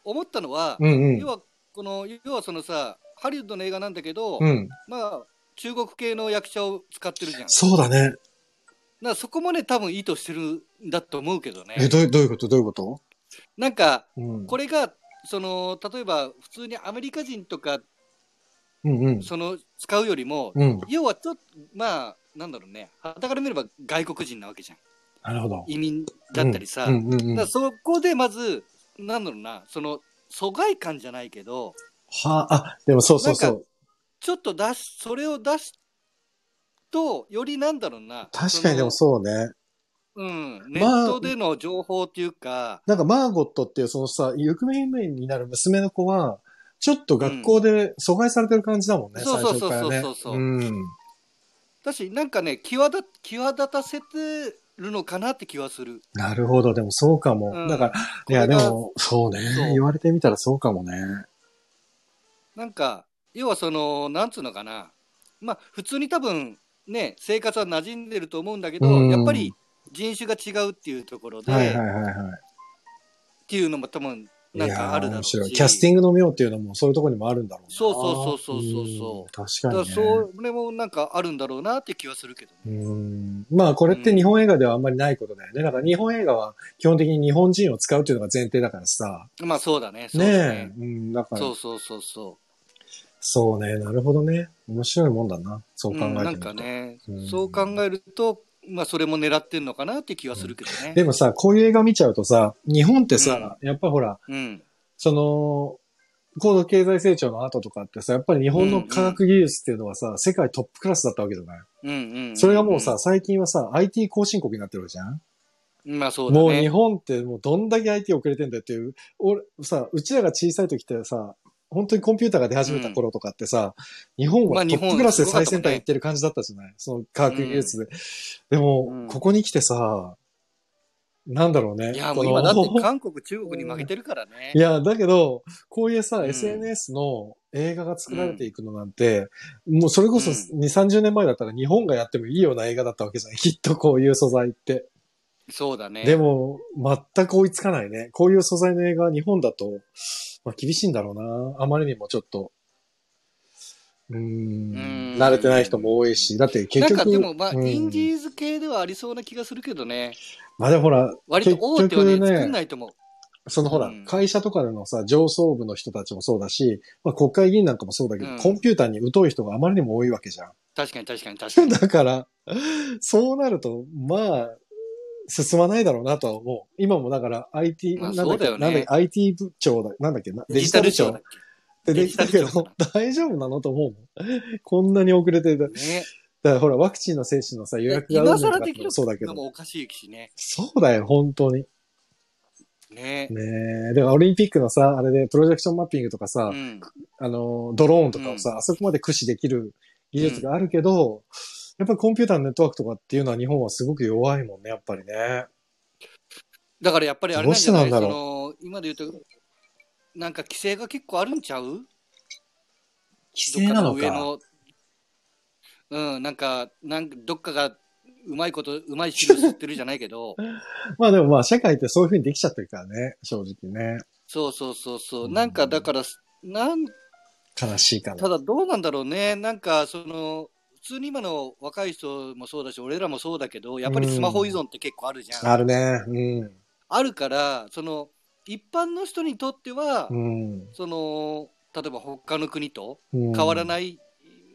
思ったのは、うんうん要。は、この、要はそのさ、ハリウッドの映画なんだけど、うん。まあ、中国系の役者を使って るじゃん。だかそうだね。らそこもね、多分意図してるんだと思うけどねえ、。どういうどういうことどういうことなんか、うん。これが、その、例えば、普通にアメリカ人とか、うんうん。その、使うよりも、うん。要はちょっとまあなんだろうね、はたから見れば外国人なわけじゃん。なるほど。移民だったりさ。うんうんうんうんだからそこでまず、なんだろうな、その、疎外感じゃないけど、はあ、あ、でもそうそうそう。ちょっと出し、それを出すと、よりなんだろうな。確かにでもそうね。のうん。ネットでの情報っていうか、なんかマーゴットっていうそのさ、行方不明になる娘の子は、ちょっと学校で阻害されてる感じだもんね、そう最そう初そうからね。そうそうそううん。だし、なんかね、際立、際立たせてるのかなって気はする。なるほど、でもそうかも。うんだから、いれやでがも、そうねそう言われてみたらそうかもね。なんか、要はその、なんつうのかな。まあ、普通に多分、ね、生活は馴染んでると思うんだけど、うんやっぱり人種が違うっていうところで、はいはいっはいはい。ていうのも多分、なんいやかーあるだろうし。面白いキャスティングの妙っていうのもそういうところにもあるんだろうなそうそうそうそうそうそうん確かだに、かね。らそれもなんかあるんだろうなって気はするけどね。うんまあこれって日本映画ではあんまりないことだよね。だから日本映画は基本的に日本人を使うっていうのが前提だからさ。まあそうだね。そうねだねえ。うん、だから、そそううそうそうそ。ね、なるほどね。面白いもんだな。そうう考えてみうんると、なんかね、うんそう考えると、まあそれも狙ってんのかなって気はするけどね。でもさ、こういう映画見ちゃうとさ、日本ってさ、やっぱほら、うん。その、高度経済成長の後とかってさ、やっぱり日本の科学技術っていうのはさ、世界トップクラスだったわけじゃないうんうんうん。それがもうさ、、最近はさ、IT 後進国になってるわけじゃんまあそうだね。もう日本ってもうどんだけ IT 遅れてんだよっていう、俺、さ、うちらが小さい時ってさ、本当にコンピューターが出始めた頃とかってさ、日本まはあト日ッ本プクラスですごか最った先もんね端行ってる感じだったじゃない、その科学技術で。でも、うんここに来てさ、なんだろうね。いや、こもうの今だって韓国、中国に負けてるからね。いや、だけど、こういうさ、うん SNS の映画が作られていくのなんて、もうそれこそ2、30年前だったら日本がやってもいいような映画だったわけじゃない。きっとこういう素材って。そうだね。でも、全く追いつかないね。こういう素材の映画は日本だと、まあ厳しいんだろうな。あまりにもちょっと。うー。うんん慣れてない人も多いし。だって結なん局。かでも、まあ、うんインディーズ系ではありそうな気がするけどね。まあでもほら、割と大手はね、結局ね作んないと思う。そのほら、うん会社とかでのさ、上層部の人たちもそうだし、まあ国会議員なんかもそうだけど、うんコンピューターに疎い人があまりにも多いわけじゃん。 確かに確かに確かに。だから、そうなると、まあ、進まないだろうなとは思う。今もだから IT、まなあんだっそうだけ、よねなんだっけ、IT 部長だ、なんだっけな、デジタル庁だっででデきジたタけルど庁、大丈夫なのと思うもん。こんなに遅れてた。だけ。ね。からほら、ワクチンの接種のさ、予約が今うんぬんと更かってできるそうだけのど。もおかしいしね。そうだよ、本当に。ね。ねえ。だからオリンピックのさ、あれでプロジェクションマッピングとかさ、うん。あの、ドローンとかをさ、あそこまで駆使できる技術があるけど、やっぱりコンピューターのネットワークとかっていうのは日本はすごく弱いもんね、やっぱりね。だからやっぱりあれなんじゃないどうしてなんだそろの、今で言うと、なんか規制が結構あるんちゃう規制なのどっかか。の上の、うん、なんか、なんかどっかがうまいこと、うまい汁吸ってるじゃないけど、まあでもまあ、社会ってそういう風にできちゃってるからね、正直ね。そうそうそうそうう、んなんかだから、なん悲しいかなた。だどうなんだろうね、なんかその、普通に今の若い人もそうだし、俺らもそうだけど、やっぱりスマホ依存って結構あるじゃん。あるね。うん。あるから、その、一般の人にとっては、うんその、例えば他の国と変変わらい。ない、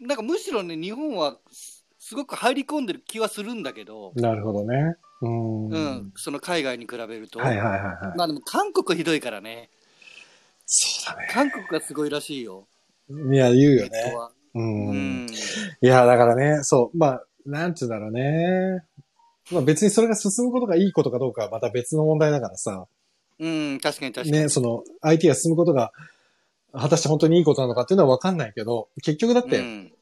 なんかむしろね、日本はすすごく入り込んでる気はするんだけど、なるほどね。うん。うん、その海外に比べると。はいはいはいはい。まあでも韓国ひどいからね。そうだね。韓国がすごいらしいよ。いや、言うネよッねト。は。う。うんん。いや、だからね、そう。まあ、なんつうんだろうね。まあ別にそれが進むことがいいことかどうかはまた別の問題だからさ。うん、確かに確かに。ね、その IT が進むことが果たして本当にいいことなのかっていうのはわかんないけど、結局だっうて、ん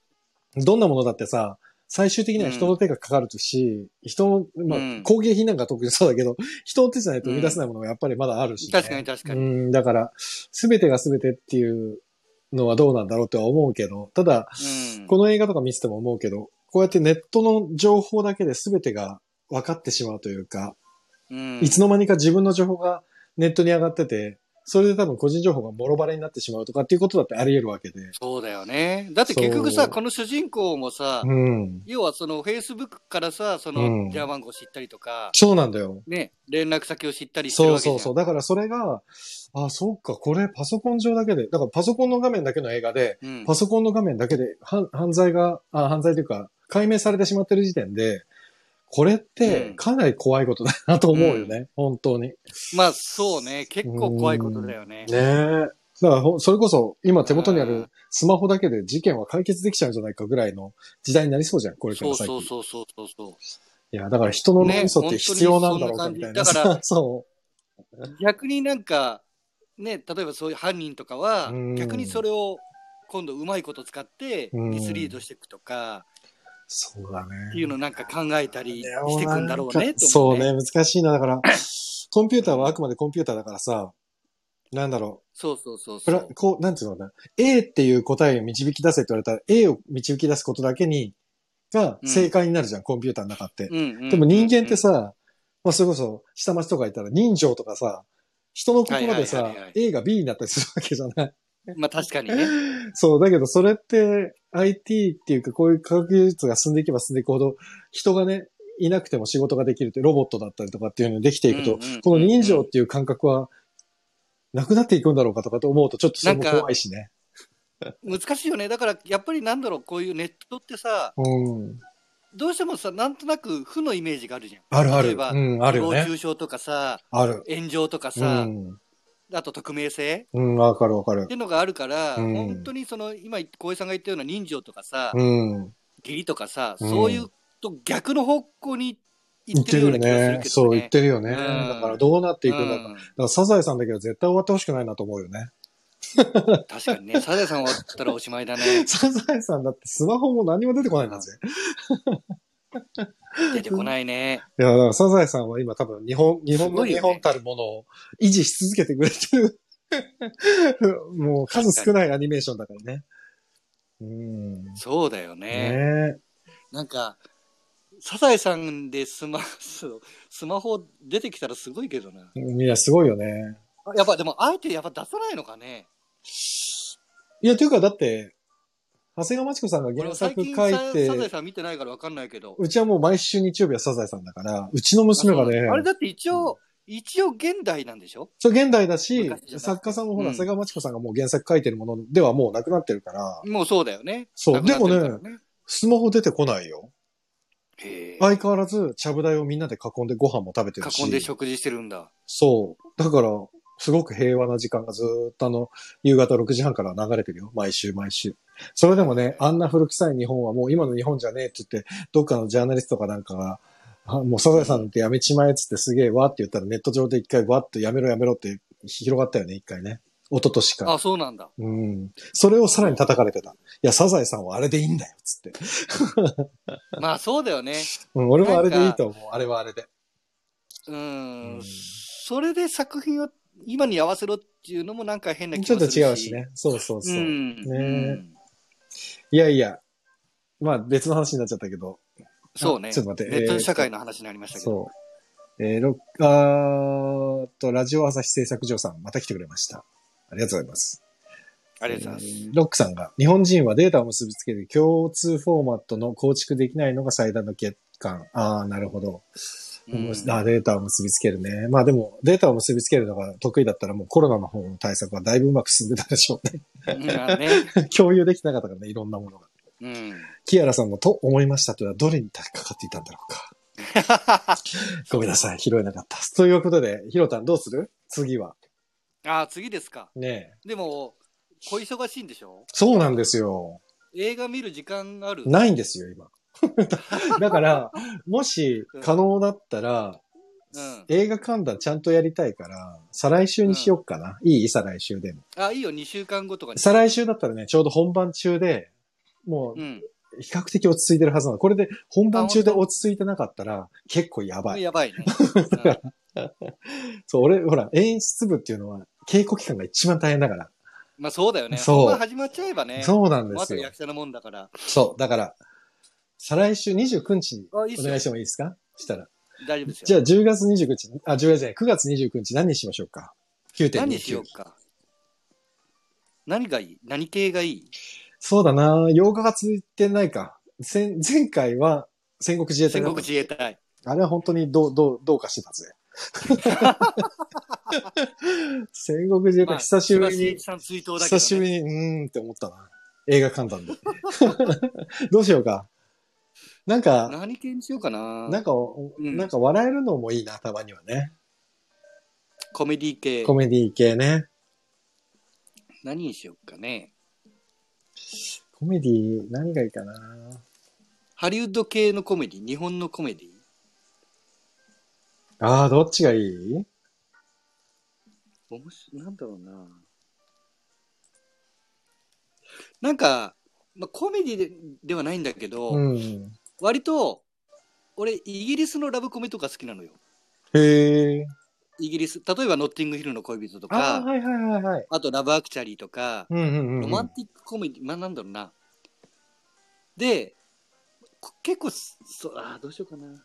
どんなものだってさ、最終的には人の手がかかるし、人の、まあうん工芸品なんか特にそうだけど、人の手じゃないと生み出せないものがやっぱりまだあるし、ね確かに確かに。うん、だから、すべてがすべてっていうのはどうなんだろうとは思うけど、ただ、うんこの映画とか見てても思うけど、こうやってネットの情報だけで全てが分かってしまうというか、うんいつの間にか自分の情報がネットに上がってて、それで多分個人情報がもろバレになってしまうとかっていうことだってあり得るわけで。そうだよね。だって結局そさ、うこの主人公もさ、うん。要はそのフェイスブックからさ、そうんの電話番号知ったりとか、そうなんだよ。ね、連絡先を知ったりしてるそわうけじゃそん。うそう。だからそれが、あ、そうか、これパソコン上だけで、だからパソコンの画面だけの映画で、うんパソコンの画面だけで、はん犯罪が、あ犯罪というか、解明されてしまってる時点で、これってかなり怖いことだなと思うよね。本当に。まあそうね、結構怖いことだよねね。え。だからほ、それこそ、今手元にあうるんスマホだけで事件は解決できちゃうんじゃないかぐらいの時代になりそうじゃん、これかそらう先。そうそうそうそうそいや、だから人の脳みそってね必要なんだろうか本当にみたいな。そんな感じだから。そう逆になんか、ね、例えばそういう犯人とかはうん、逆にそれを今度うまいこと使ってうんミスリードしていくとか、う。そうだね。っていうのをなんか考えたりしていくんだろういやね、とそ思うね、難しいな。だから、コンピューターはあくまでコンピューターだからさ、なんだろそうそうそうう。プそラう。こう、なんていうのかな。A っていう答えを導き出せって言われたら、A を導き出すことだけに、が正解になるじゃん、コンピューターの中って。うんうんうんでも人間って、さ、まあそれこそ下町とか行ったら人情とかさ、人の心ではさいはいはいは、 A が B になったりするわけじゃない。 まあ確かにね。そう、だけどそれって IT っていうかこういう科学技術が進んでいけば進んでいくほど、人がね、いなくても仕事ができるってロボットだったりとかっていうのにできていくと、うんうんうんうんこの人情っていう感覚はなくなっていくんだろうかとかと思うとちょっとそれもなんか怖いしね。難しいよね。だからやっぱりなんだろう、こういうネットってさ、うん。どうしてもさ、なんとなく負のイメージがあるじゃん。あるあ例る。えばうん、あるよ誹謗ね。中傷とかさ、ある。炎上とかうさ、ん。あと匿名性っうん、わかるわかるて。いうのがあるから、うん本当にその今、小江さんが言ったような人情とかさ、うん。義理とかさ、うんそういうと逆の方向に行言っっててるるようよな気がするけどねね。。そう、言ってるよね。うんだからどうなっていくんだか。だからサザエさんだけは絶対終わってほしくないなと思うよね。。うん確かにね、サザエさん終わったらおしまいだねサザエさんだってスマホも何も出てこないんだぜ。出てこないね。いや、だからサザエさんは今多分日本、日本すのごいよ日ね本たるものを維持し続けてくれてる。 もう数少ないアニメーションだからね。うん。ねそうだよね。え。なんか、サザエさんでスマそうスマホ出てきたらすごいけどな。いや、すごいよね。あやっぱでも、あえてやっぱ出さないのかね。いや、というかだって、長谷川町子さんが俺原も最作近書さいサザエて、さん見てないからわかんないけど。うちはもう毎週日曜日はサザエさんだから、うちの娘がね、あれだって一応、一応現代なんでしょそう、現代だし昔じゃ、なくて作家さんもほら、うん瀬川町子さんがもう原作書いてるものではもうなくなってるから、もうそうだよね。そうなくなってるからね。スマホ出てこないよ。へ相変わらず、ちゃぶ台をみんなで囲んでご飯も食べてるし。ー囲んで食事してるんだ。そう。だから、すごく平和な時間がずーっとあの、夕方6時半から流れてるよ。毎週毎週。それでもね、あんな古臭い日本はもう今の日本じゃねえって言って、どっかのジャーナリストかなんかが、あもうサザエさんってやめちまえっつってすげえわって言ったらネット上で一回わっとやめろやめろって広がったよね、一回ね。一昨年から。あ、そうなんだ。うん。それをさらに叩かれてた。いや、サザエさんはあれでいいんだよ、っつって。まあそうだよね。うん、俺はあれでいいと思う。あれはあれで。ううんん。それで作品を今に合わせろっていうのもなんか変な気ちょっがとするし。違うし。ね。そうそうそうう。ん。ねうんいやいや。まあ別の話になっちゃったけど。そうね。あちょっと待ってネッえート社会の話になりましたけど。そう。えー、ロッあーっと、ラジオ朝日製作所さん、また来てくれました。ありがとうございます。ありがとうございます。えーロックさんが、日本人はデータを結びつけて共通フォーマットの構築できないのが最大の欠陥。ああ、なるほど。うんあーデータを結びつけるね。まあでも、データを結びつけるのが得意だったらもうコロナの方の対策はだいぶうまく進んでたでしょうね。うんまあね。 共有できてなかったからね、いろんなものが。うん。キアラさんのと思いましたというのはどれにかかっていたんだろうか。 ごめんなさい、拾えなかった。ということで、ひろたんどうする次は。あー、次ですか。ねえ。でも、小忙しいんでしょそうなんですよ。映画見る時間あるないんですよ、今。 だから、もし可能だったら、うん。映画観覧ちゃんとやりたいから、再来週にしよっかな。いい再来週でも。あ、いいよ、2週間後とかに。再来週だったらね、ちょうど本番中で、もう。うん比較的落ち着いてるはずなの。これで本番中であ本当落ち着いてなかったら、結構やばい。やばいね。 そう、俺、ほら、演出部っていうのは、稽古期間が一番大変だから。うんまあそうだよね。そう本番始まっちゃえばね。うそうなんであすとよ。役者のもんだから。そう、だから、再来週29日におあいいっすよ願いしてもいいですかしたら。大丈夫ですよ。じゃあ10月29日、あ、10月じゃない、9月29日何にしましょうか ?9.29。何しようか。何がいい何系がいいそうだな8日が続いてないか。前前回は戦国自衛隊戦だっ国た自衛隊。あれは本当にどう、どう、どうかしてた ぜ。戦国自衛ま隊あ久しぶりに千葉真一。さん追悼だけど、ね。久し ぶりに、うーんって思ったな。映画観覧で。どうしようか。なんか、何系にしようかななんか、おうんなんか笑えるのもいいな、たまにはね。コメディ系コメディ系ね。何にしようかねコメディ、何がいいかな。ハリウッド系のコメディ日本のコメディああ、どっちがいいおもしなんだろうななんか、まあ、コメディでではないんだけど、うん。割と俺イギリスのラブコメとか好きなのよへえ。イギリス例えば「ノッティングヒルの恋人」とあかあ、あ,、はいはいはいはい。と「ラブアクチャリー」とか、うんうんうん。ロマンティックコメディまあなんだろうなでこ結構すそうあーどうしようかな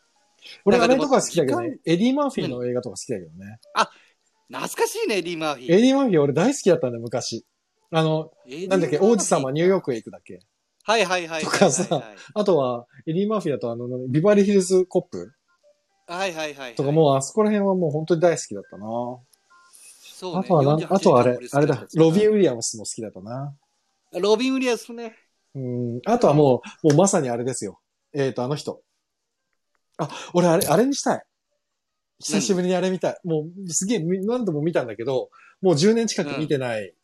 俺、なあんかれでもとか好きだけどね時。エディ・マーフィーの映画とか好きだけどね。懐かしいねエディ・マーフィエーディ・マーフィー俺大好きだったんだよ、昔。あの、エディなんだっけ、マーフィ王子様ニューヨークへ行くだっけ。はいはいはいはいはいはいとかさあとは、エディ・マーフィーだとあの、ビバリーヒルズ・コップはいはいはいはいとかもう、あそこら辺はもう本当に大好きだったな。そうねあとはなん、 48あとはあれ俺好、きあれだ、ロビン・ウンィリアムスも好きだったな。ロビン・ウィリアスねうん、あとはもう、もうまさにあれですよ。えっ、と、あの人。あ、俺あれ、あれにしたい。久しぶりにあれ見たい。もう、すげえ、み何度も見たんだけど、もう10年近く見てない、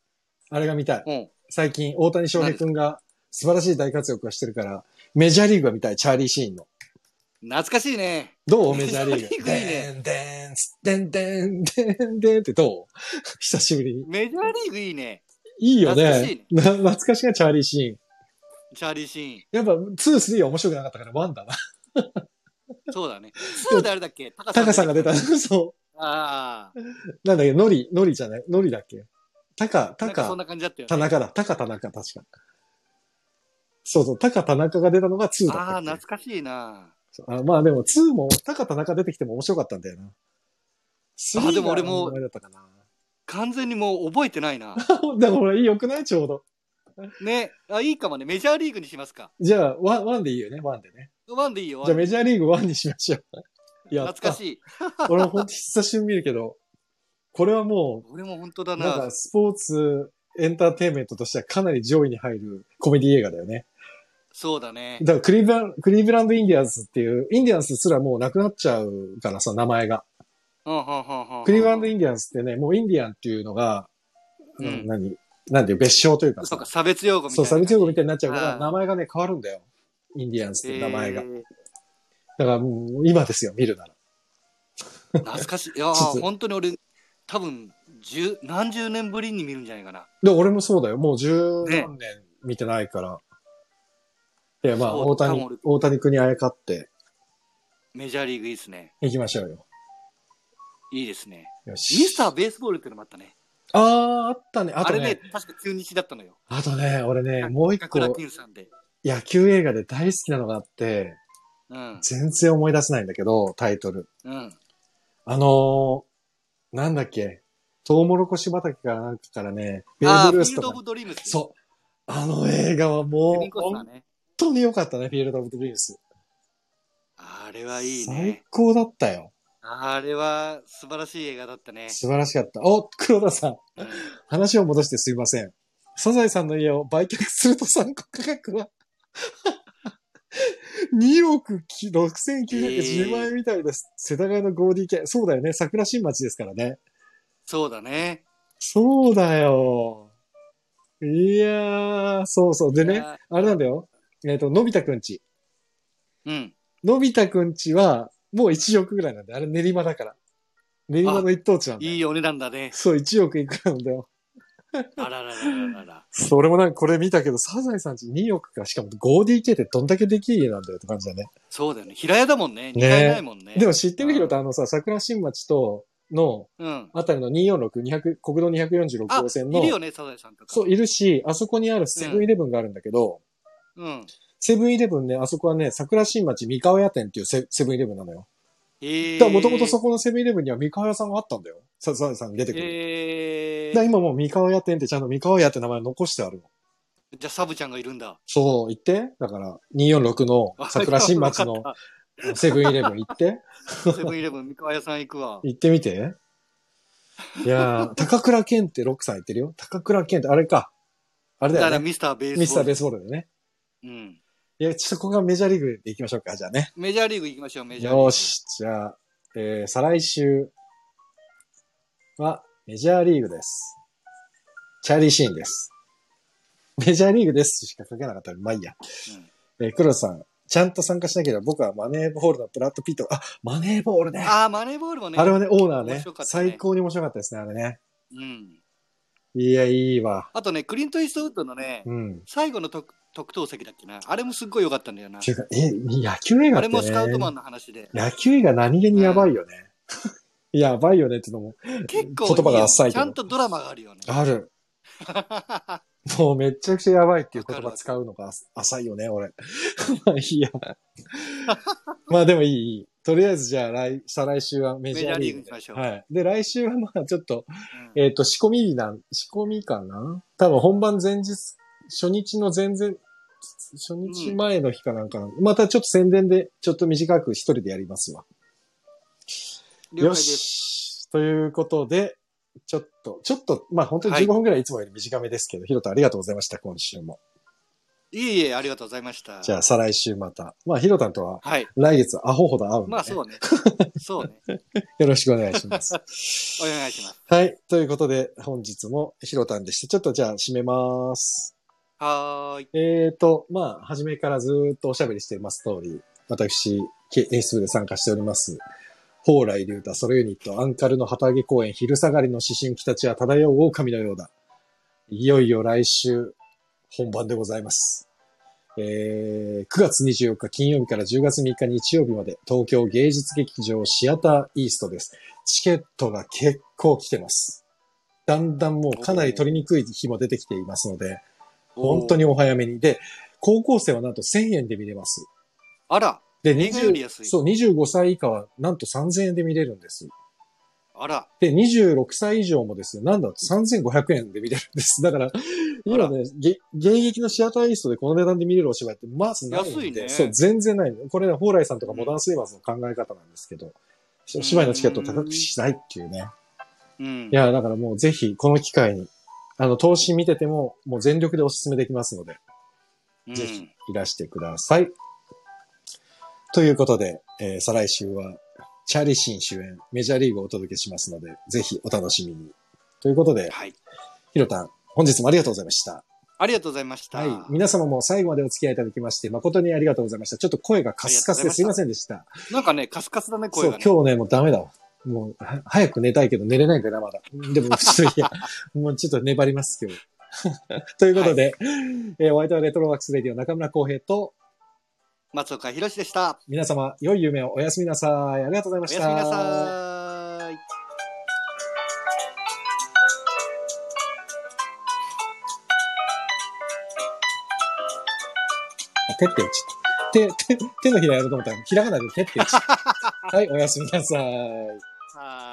あれが見たい。うん最近、大谷翔平くんが素晴らしい大活躍をしてるから、メジャーリーグが見たい、チャーリーシーンの。懐かしいね どうメジャーリーグ。メジャーリーグいいねでーん、でん、でん、でん、でんってどう久しぶりに。メジャーリーグいいねいいよ懐かしいねなね。懐かしいがチャーリーシーン。チャーリー・シーンやっぱ、2、3は面白くなかったから、1だな。そうだね。2であれだっけ高タカさんが出 た。あそあ。う。なんだっけ、ノリ、ノリじゃないノリだっけタカ、なタんかそカ、んな感じだったよ田ね。中だ。タカ、田中、確か。そうそう、タカ、田中が出たのが2だああ、ったっ懐かしいな。けあまあでも2も、タカ、田中出てきても面白かったんだよな。3があでも俺もあれだったかな。 完全にもう覚えてないな。だから俺、良くないちょうど。ね。あ、いいかもね。メジャーリーグにしますか。じゃあ、1, 1でいいよね、1でね。ワンでいいよ。じゃあメジャーリーグ1にしましょ う。やった懐かしい。俺も本当久しぶりに見るけど、これはもう、俺も本当だなんなか。スポーツエンターテインメントとしてはかなり上位に入るコメディ映画だよね。そうだねだ。からクリーブランクリーブランド・インディアンスっていう、インディアンスすらもうなくなっちゃうからさ、名前が。うんうんうんうん。クリーブランド・インディアンスってね、もうインディアンっていうのが、うんあの何なんていう別称というかそさうか、、差別用語みたいそう、な。差別用語みたいになっちゃうかあら、ー名前がね、変わるんだよ。インディアンスって名前が。えーだからもう今ですよ、見るなら。懐かしい。いやー、実は本当に俺、多分、十、何十年ぶりに見るんじゃないかな。で、俺もそうだよ。もう十ね何年見てないから。で、まあ、そ大う多分谷俺、大谷君にあやかってメジャーリーグいいですね。行きましょうよ。いいですね。よミしス。ターベースボールってのもあったね。ああ、あったね。ああとれねね、、確か中日だったのよ。あとね、俺ね、もう一個高、倉健さんで。野球映画で大好きなのがあって、うん。全然思い出せないんだけど、タイトル。うん。あのー、なんだっけ、トウモロコシ畑かなんかからね、ベーああ、ブ・ルフィーースルド・とオかブ・。ドリームス。う。そう。あの映画はケもビン・う、コスナー本ね。当に良かったね、フィールド・オブ・ドリームス。あれはいい最ね。高だったよ。あれは素晴らしい映画だったね。素晴らしかった。お、黒田さん。うん話を戻してすいません。サザエさんの家を売却すると参考価格は 2億6910万円みたいです。世田谷の 5DK。そうだよね。桜新町ですからね。そうだね。そうだよ。いやー、そうそう。でいねや、あれなんだよ。えっ、と、のび太くんち。うん。のび太くんちは、もう1億ぐらいなんだよ。あれ練馬だから。練馬の一等地なんだよ。いいお値段だね。そう、1億いくらなんだよ。あらららららら。それもなんかこれ見たけど、サザエさんち2億か、しかも 5DK ってどんだけできる家なんだよって感じだね。そうだよね。平屋だもんね。2階ないもんね。でも知ってるけど、あのさ、桜新町とのうん。あたりの246、200国道246あ号線のいる、よね、サザエさんとか。そう、いるし、あそこにあるセブンイレブンがあるんだけど、うん。セブンイレブンね、あそこはね、桜新町三河屋店っていうセセブンイレブンなのよ。えだからもともとそここのセブンイレブンには三河屋さんがあったんだよ。サザエさんに出てくる。えだーから今もう三河屋店ってちゃんと三河屋って名前残してあるの。じゃあサブちゃんがいるんだ。そう、行って。だから、246の桜新町のセブンイレブン行って、セブンイレブン、三河屋さん行くわ。行ってみて。いや ー、高倉健って6歳言ってるよ。高倉健って、あれか。あれだだよからね。ミスターベースボール。ミスターベースボールだよね。うん。いや、そこがメジャーリーグで行きましょうか、じゃあね。メジャーリーグ行きましょう、メジャーリーグ。よし、じゃあ、えー、再来週はメジャーリーグです。チャーリーシーンです。メジャーリーグですしか書けなかったら、まあいいや。えー、黒田さん、ちゃんと参加しなければ僕はマネーボールのブラッド・ピット、あ、マネーボールね。うんあああ、マネーボールもね。れはね、オーナーね面白かったね最高に面白かったですね、あれね。うん。いや、いいわ。あとね、クリント・イーストウッドのね、うん。最後の特特等席だっけな。あれもすっごい良かったんだよなって。いうか、え、野球映画あって、ね、れもスカウトマンの話で。野球映画何気にやばいよね。 やばいよねってのも結構言葉が浅いけちどゃんとドラマがあるよね。ある。もうめちゃくちゃやばいっていう言葉使うのが浅いよね、俺。 まあいいや。まあでもいいいい。とりあえずじゃあ来、再来週はメメジジャャーーリリーーググでにしましょう。はい。で、来週はまあちょっと、うんえっ、と、仕込みなん、仕込みかな多分本番前日、初日の前々、初日前の日かなんかな、またちょっと宣伝で、ちょっと短く一人でやりますわ。了解よです。し。ということで、ちょっと、ちょっと、まあ本当に15分ぐらいいつもより短めですけど、ヒロトありがとうございました、今週も。いえいえ、ありがとうございました。じゃあ、再来週また。まあ、ヒロタンとははい。来月アホほど会うんで、ねまあそうね。 そうね。よろしくお願いします。お願いします。はい。ということで、本日もヒロタンでした。ちょっとじゃあ、締めます。はーい。えーと、まあ、初めからずーっとおしゃべりしています通り、私、演出部で参加しております。蓬莱竜太ソロユニット、アンカルの旗揚げ公演、昼下がりの指針、たちは漂う狼のようだ。いよいよ来週、本番でございます。えー、9月24日金曜日から10月3日日曜日まで、東京芸術劇場シアターイーストです。チケットが結構来てます。だんだんもうかなり取りにくい日も出てきていますので、本当にお早めに。で、高校生はなんと1000円で見れます。あら、で、映画より20安いそう25歳以下はなんと3000円で見れるんです。あら。で、26歳以上もですね、なんだ、3500円で見れるんです。 だから、今ね、げ現役のシアターイーストでこの値段で見れるお芝居って、まずないんで、安いねそう、全然ないの。これね、蓬莱さんとかモダンスイマーズの考え方なんですけど、お芝居のチケットを高くしないっていうね。うんい。や、だからもうぜひ、この機会に、あの、投資見てても、もう全力でお勧めできますので、うんぜひいらしてください。ということで、えー再来週は、チャーリーシン主演、メジャーリーグをお届けしますので、ぜひお楽しみに。ということで、はい。ヒロタン、本日もありがとうございました。ありがとうございました。はい。皆様も最後までお付き合いいただきまして、誠にありがとうございました。ちょっと声がカスカスですいませんでした。なんかね、カスカスだね、そ声うが、ね。、今日ね、もうダメだわ。もう、は早く寝たいけど寝れないからまだ。で も、ちょっといや、もうちょっと粘ります、今日。 ということで、えーお相手はレトロワークスレディオ中村浩平と、松岡弘でした。皆様、良い夢をおやすみなさい。ありがとうございまおしやた。すみなさーい。手って打 ち。手、手、手のひらやろうと思ったら、ひらがなで手って打ち。はい、おやすみなさい。はーい。